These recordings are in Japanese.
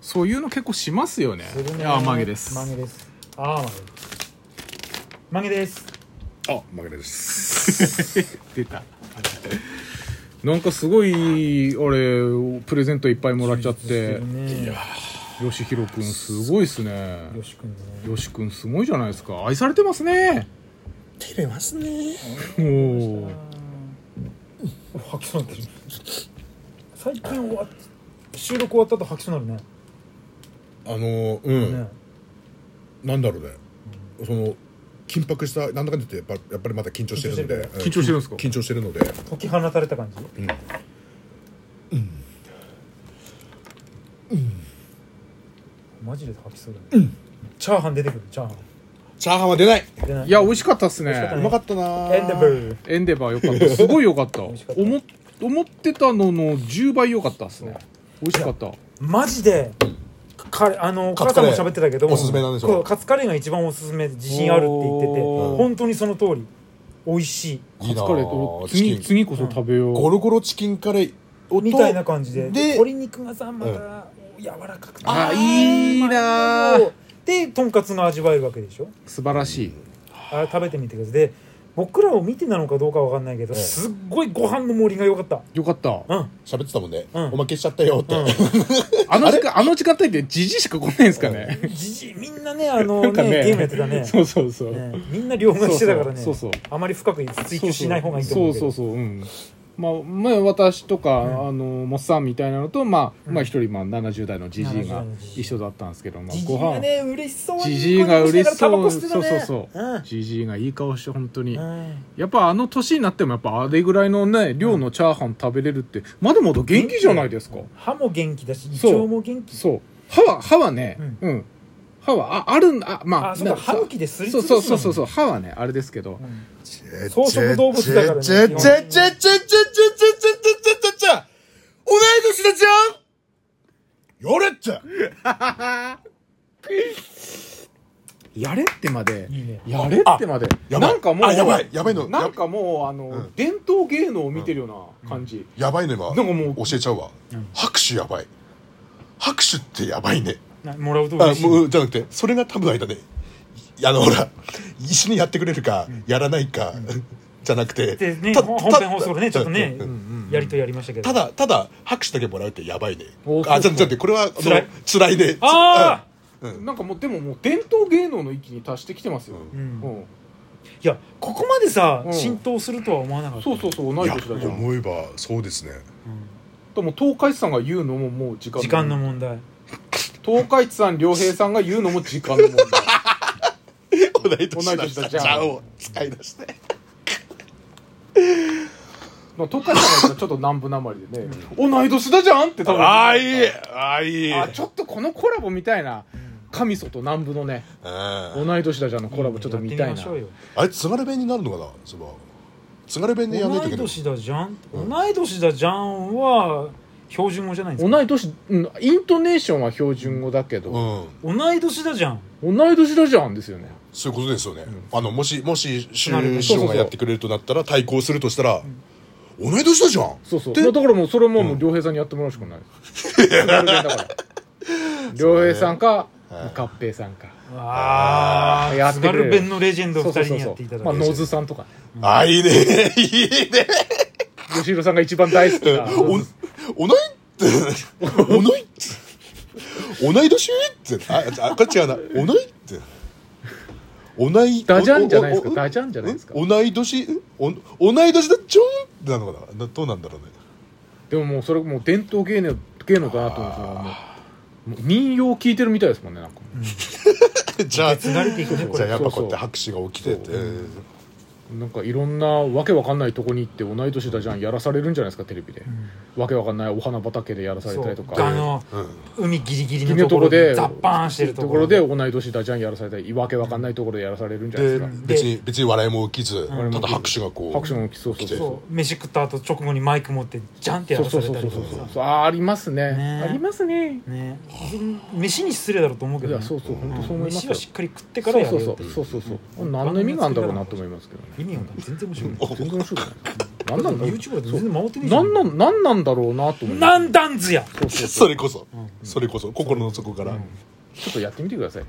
そういうの結構しますよねするねあ曲げです曲げですああ曲げ曲げですあ負けです 出たなんかすごいあれプレゼントいっぱいもらっちゃっすてるねよしひろくんすごいっすねよし君ねよしくんすごいじゃないですか愛されてますね照れますねおおお吐きそうになってる最近終わ収録終わった後吐きそうになるあのうん、ねねなんだろうねその緊迫したなんだかんだ言ってやっぱやっぱりまだ緊張してるので緊緊張張してるんですかうん緊張してるので解き放たれた感じマジで吐きそうだねチャーハン出てくるチャーハンチャーハンは出ない出ないいや美味しかったっすね味しかったうねまかったなエンデブーエンデバーよかったすごいよかった味しかった思っ思ってたのの10倍よかったっすね美味しかったマジでカレーあのカカツツカカレレーーも喋ってたけどおすすめなんでしょそうカツカレーが一番おすすめで自信あるって言ってておー本当にその通り美味しいカいいツなカあレーとチキ次ン次こそ食べようゴロゴロチキンカレーをとみたいな感じでで鶏肉がさまうた柔らかくてあいいなあでとんかつが味わえるわけでしょ素晴らしいあれ食べてみてくださいで僕らを見てなのかどうかわかんないけどええすっごいご飯の盛りが良かったよかったうん喋ってたもんね、うんおまけしちゃったよって、あの時間あの時間帯ってじじしか来ないんですかねじじいみんなねあの なんかねねゲームやってたねそうそうそうねみんな両替してたからねそうそうそうあまり深く追求しない方がいいとそ思ううけそどうそううんまあ、まあ、私とか、あのモッサンみたいなのとまあ、うんまあ一人まあ70代のじじい70代がのジジイ一緒だったんですけどまあじじごいが飯ね嬉しそうにじじいが嬉しタバそコう吸ってたそうねそうそうんうじじいがいい顔して本当にうんやっぱあの年になってもやっぱあれぐらいのね量のチャーハン食べれるってまだまだ元気じゃないですか歯も元気だし胃そう腸も元気そう歯は歯はねうん、歯はああるんあまああそうかな歯茎ですりつそうぶすそうそうそうそうう歯はねあれですけど、草食動物だからねちゃちゃちゃちゃちゃちゃちゃちゃちゃちゃちゃ同い年だじゃんやれっちゃやれってまでいいねやれってまでやばいなんかもうあやばいやばいのなんかもうあの、ん伝統芸能を見てるような感じ、やばいね今なんかもう教えちゃうわ、拍手やばい拍手ってやばいねなもらうとあ嬉しいもうじゃなくてそれが多分間ねいあのほら一緒にやってくれるか、やらないか、じゃなくてでねた本編放送でねちょっとねうんうんやりとやりましたけどただただ拍手だけもらうってやばいねおあじそうそうゃじゃってこれはあの辛い辛いねああなんかもうでももう伝統芸能の域に達してきてますよ、うううんんいやここまでさうん浸透するとは思わなかったそうそうそう同いいや年だじゃん思えばそうですねでも東海地さんが言うのももう時間時間の問題東海地さん良平さんが言うのも時間の 問題同い年同だい年だじじゃんゃんを使い出してまあ東海地さんがちょっと南部なまりでね「同い年だじゃん!」って多分ああいいああいいあちょっとこのコラボみたいな神祖と南部のねうん同い年だじゃんのコラボちょっと見たいやなってみましょうよあれ津軽弁になるのかなその津軽弁でやんないと同いけいない年だじゃん、同い年だじゃんは標準語じゃないんですか同い年うんイントネーションは標準語だけど、うん同い年だじゃん同い年だじゃんですよねそういうことですよね、あのもしもし師なるほど匠がやってくれるとなったら対抗するとしたら、同い年だじゃんそうそうでまあだからもうそれももう良平さんにやってもらうしかない津軽弁だから良平さんか合平さんかあやあって津くれる軽弁のレジェンドそ2うそう人そうにやそっていたうだまあく野津さんとかねあいいねいいね吉弘さんが一番大好きなお同いって同いって同い年ってああこっち違うな同いって同いダジャンじゃないですかおおおダジャンじゃないですか同い年んお同い年だじゃんってなのかななどうなんだろうねでももうそれもう伝統芸能芸能かなと思うんですよもうもう民謡聞いてるみたいですもんねなんか じゃあつがれていくねこじゃあれやっぱこうやっそうてそう拍手が起きててなんかいろんなわけわかんないとこに行って同い年だじゃんやらされるんじゃないですかテレビで、わけわかんないお花畑でやらされたりとそうあかの、海ギリギリ君ののととこころででザッパーンしてるととこころろで同い年だじゃんやらされたりわけわかんないところでやらされるんじゃないでですか別に別に笑いも起きずんただ拍手がこう拍手もそうそうそうそう飯食った後直後にマイク持ってジャンってやそうらそさうれそうたそりうそうとかさそうあーありますねねありますねね飯に失礼だろうと思うけいど、やね、そうそう本当そう思います飯よはしっかり食ってからやそるうよそうっていうそうそうそう何の意味があるんだろうなと思いますけどね意味が全然面白くない全然面白くない何なんだろう YouTuber で全然守ってねえじゃ何なん何なんだろうなと思うな何段図やそうそうそうそれこそ、それこそ心の底からちょっとやってみてください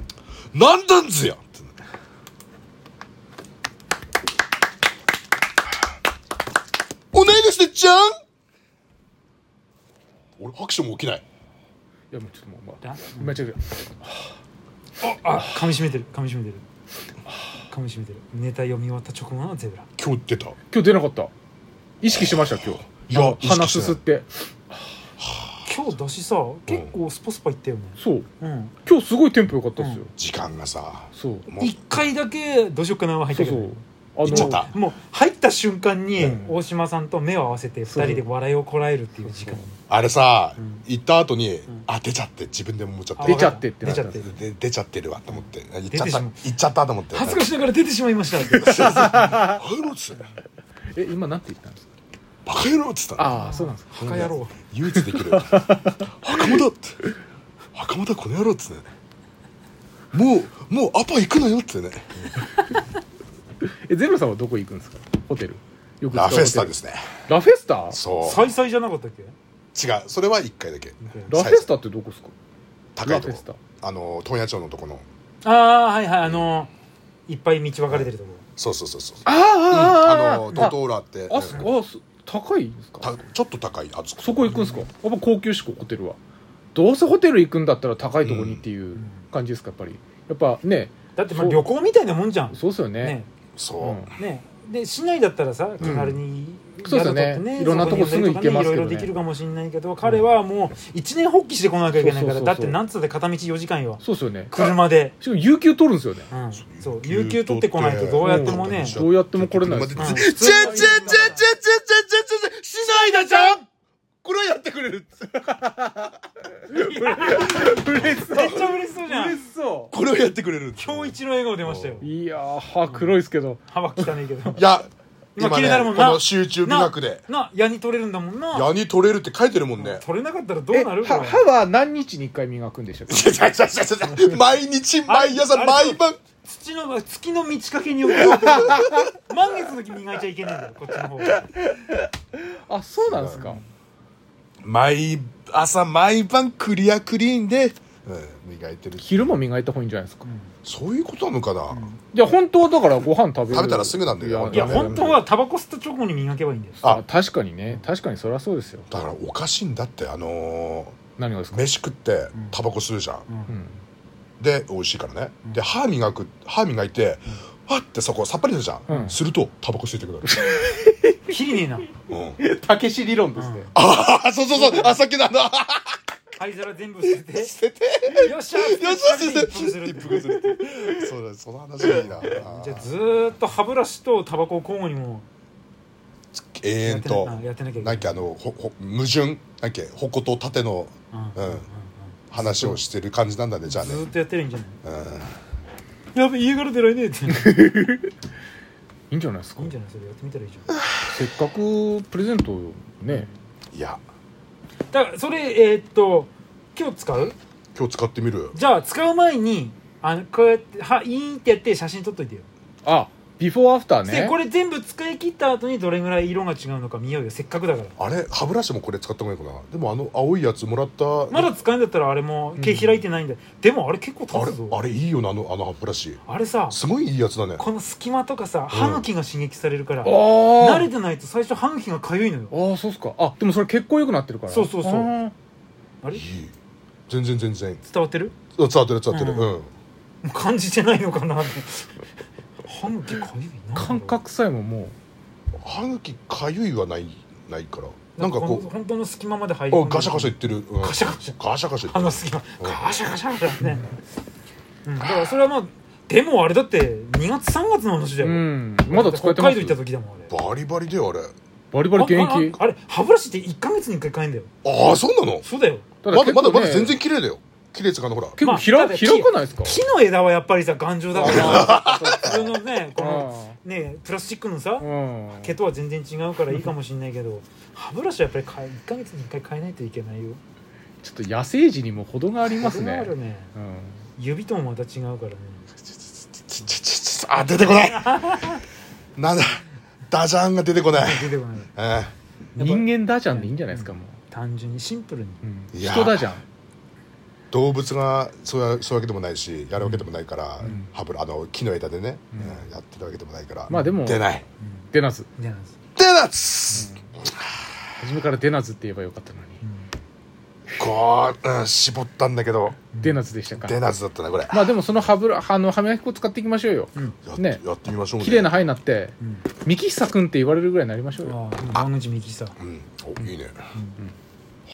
「なんだんずや!」って同い年でじゃん俺拍手も起きないいやもうちょっともう、まだあ、めちゃくちあ噛み締めてる噛み締めてる噛み締めてるネタ読み終わった直後のゼブラ今日出たい今日出なかった意識しました今日や鼻すすって今日だしさ結構スパスパいったよねそううん今日すごいテンポ良かったっすよ、時間がさそうもう一回だけどうしよっかなは入っそたうけそどうあの行っちゃったもう入った瞬間にうん大島さんと目を合わせてそ二う人で笑いをこらえるっていう時間あれさ、ん行った後に、んあ出ちゃって自分でも思っちゃっあて出ちゃってってなった出ちゃんっでてすで出ちゃってるわと思って行っちゃ出ってたしまう行っちゃったと思って恥ずかしながら出てしまいましたバカ野郎っつってえ今なんて言ったんですかバカ野郎っつったのああそうなんですかバカ野郎唯一できる袴だって袴だこの野郎っつってねもうもうアパ行くなよっつってねえゼロさんはどこ行くんですかホテルよく使うラフェスタホテルですねラフェスタそ再々じゃなかったっけう違うそれは一回だけラフェスタってどこですか高いとラフェスタこあの問屋町のとこのああはいはいあのいっぱい道分かれてるとこそうそうそうそうあああのトトーラってあすあす高いんですたかちょっと高いあそこそこ行くんですかやっぱ高級志向ホテルはどうせホテル行くんだったら高いとこにっていう感じですかやっぱりやっぱねだってまあそう旅行みたいなもんじゃんそうですよねねそう、うんねで市内だったらさ気軽に、そうですよね宿取っていろんなとこすぐ行けますけどねそこに呼んだりとかいろいろできるかもしれないけど彼はもう一年発起してこなきゃいけないかそうそうそらうそうだってなんつったって片道4時間よそうですよね車で、しかも有給取るんですよねうん、そう有給取ってこないとどうやってもね、どうやっても来れないですうんちゃちゃちゃちゃちゃちゃちゃちゃちゃちゃちゃしないだじゃんこれはやってくれる嬉しそめっちゃ嬉しそうじゃん嬉しそこれはやってくれる今日一の笑顔出ましたよういやー歯黒いですけど幅汚いけどいや今気今にねなるもんこなの集中美学でなヤニ取れるんだもんなヤニ取れるって書いてるも んね取れなかったらどうえなる歯これ歯は何日に1回磨くんでしたっけちゃちゃちゃちゃちゃ毎日毎朝毎晩土の月の満ち欠けによって満月の時磨いちゃいけないんだよこっちの方があそうなんですか毎朝毎晩クリアクリーンで磨いてる昼も磨いた方がいいんじゃないですかそういうことなのかなじゃあ本当はだからご飯食べる食べたらすぐなんだよいや本当はタバコ吸った直後に磨けばいいんだよあ確かにね確かにそりゃそうですよだからおかしいんだってあの何がですか飯食ってタバコ吸うじゃんうんで美味しいからね、で歯磨く歯磨いて、はってそこさっぱりするじゃん、うんするとタバコ吸いてくなる、きりねえなうん、たけし理論ですねああそうそうそうあさっきのあのあはは灰皿全部捨てて捨ててよっしゃよよしよしよ一本するし一服するってそうだその話いいなあじゃあーずーっと歯ブラシとタバコを交互にもやっ永遠てなとあやってなきゃいけなないんかあのほほ矛盾なんか矛と盾のうんうん話をしてる感じなんだねじゃあずね、ーっとやってるんじゃないうん、やべ家から出られねえっていいいんじゃないですかいんじゃないそれやってみたらいいじゃんせっかくプレゼントをねいやだからそれえーっと今日使う今日使ってみるじゃあ使う前にあのこうやってはいーンってやって写真撮っといてよあビフォーアフターでねこれ全部使い切った後にどれぐらい色が違うのか見ようよせっかくだからあれ歯ブラシもこれ使った方がいいのかなでもあの青いやつもらったまだ使えんだったらあれも毛開いてないんだ、でもあれ結構あ立れつぞあれいいよなあのあの歯ブラシあれさすごいいいやつだねこの隙間とかさ歯茎が刺激されるから、あ慣れーてないと最初歯茎がかゆいのよああそうっすかあでもそれ血行良くなってるからそうそうそうあーあれいい全然全然伝わってる伝わってる伝わってるうんうんもう感じてないのかなって歯茎かゆいな感覚さえももう歯茎かゆいはないないからなんかこの本当の隙間まで入りう込んあでガシャガシャいってるうんガシャガシャガシャガシャ歯言のってる隙間ガシャガシャガシャね、うん、だからそれはまあでもあれだって2月3月の話だうよ、んまだ使えてま北海道行ったす時だもんあれバリバリであれバリバリ現あ役ああれ歯ブラシって1か月に1回買えんだよああそうなのそうだよたまだまだ結構まねだ全然綺麗だよ綺麗っつうかあのほら結ま構あひらだっ開てかないですか木の枝はやっぱりさ頑丈だ からあー普通のねこのあねプラスチックのさーうん毛とは全然違うからいいかもしんないけど歯ブラシはやっぱり買い1か月に1回買えないといけないよちょっと野生児にも程がありますそれはあねるねうん指ともまた違うからね ちちちちちあ出てこないなんだダジャンが出てこない出てこないあ人間ダジャンでいいんじゃないですかも単純にシンプルにう、うん、いや人ダジャン動物がそうやそういうわけでもないしやるわけでもないから、ん歯ブラあの木の枝でね、うんうんやってるわけでもないからまあでも出ないデナズじゃないです出なっつ、初めからデナズって言えばよかったのに、こう、うん、絞ったんだけどデナズでしたか出なずだったなこれ、まあでもその歯ブラあの歯磨き粉使っていきましょうよ、やっねやってみましょうね綺麗な歯になってうん幹久くんって言われるぐらいになりましょうよああ番口右下うんおいいね、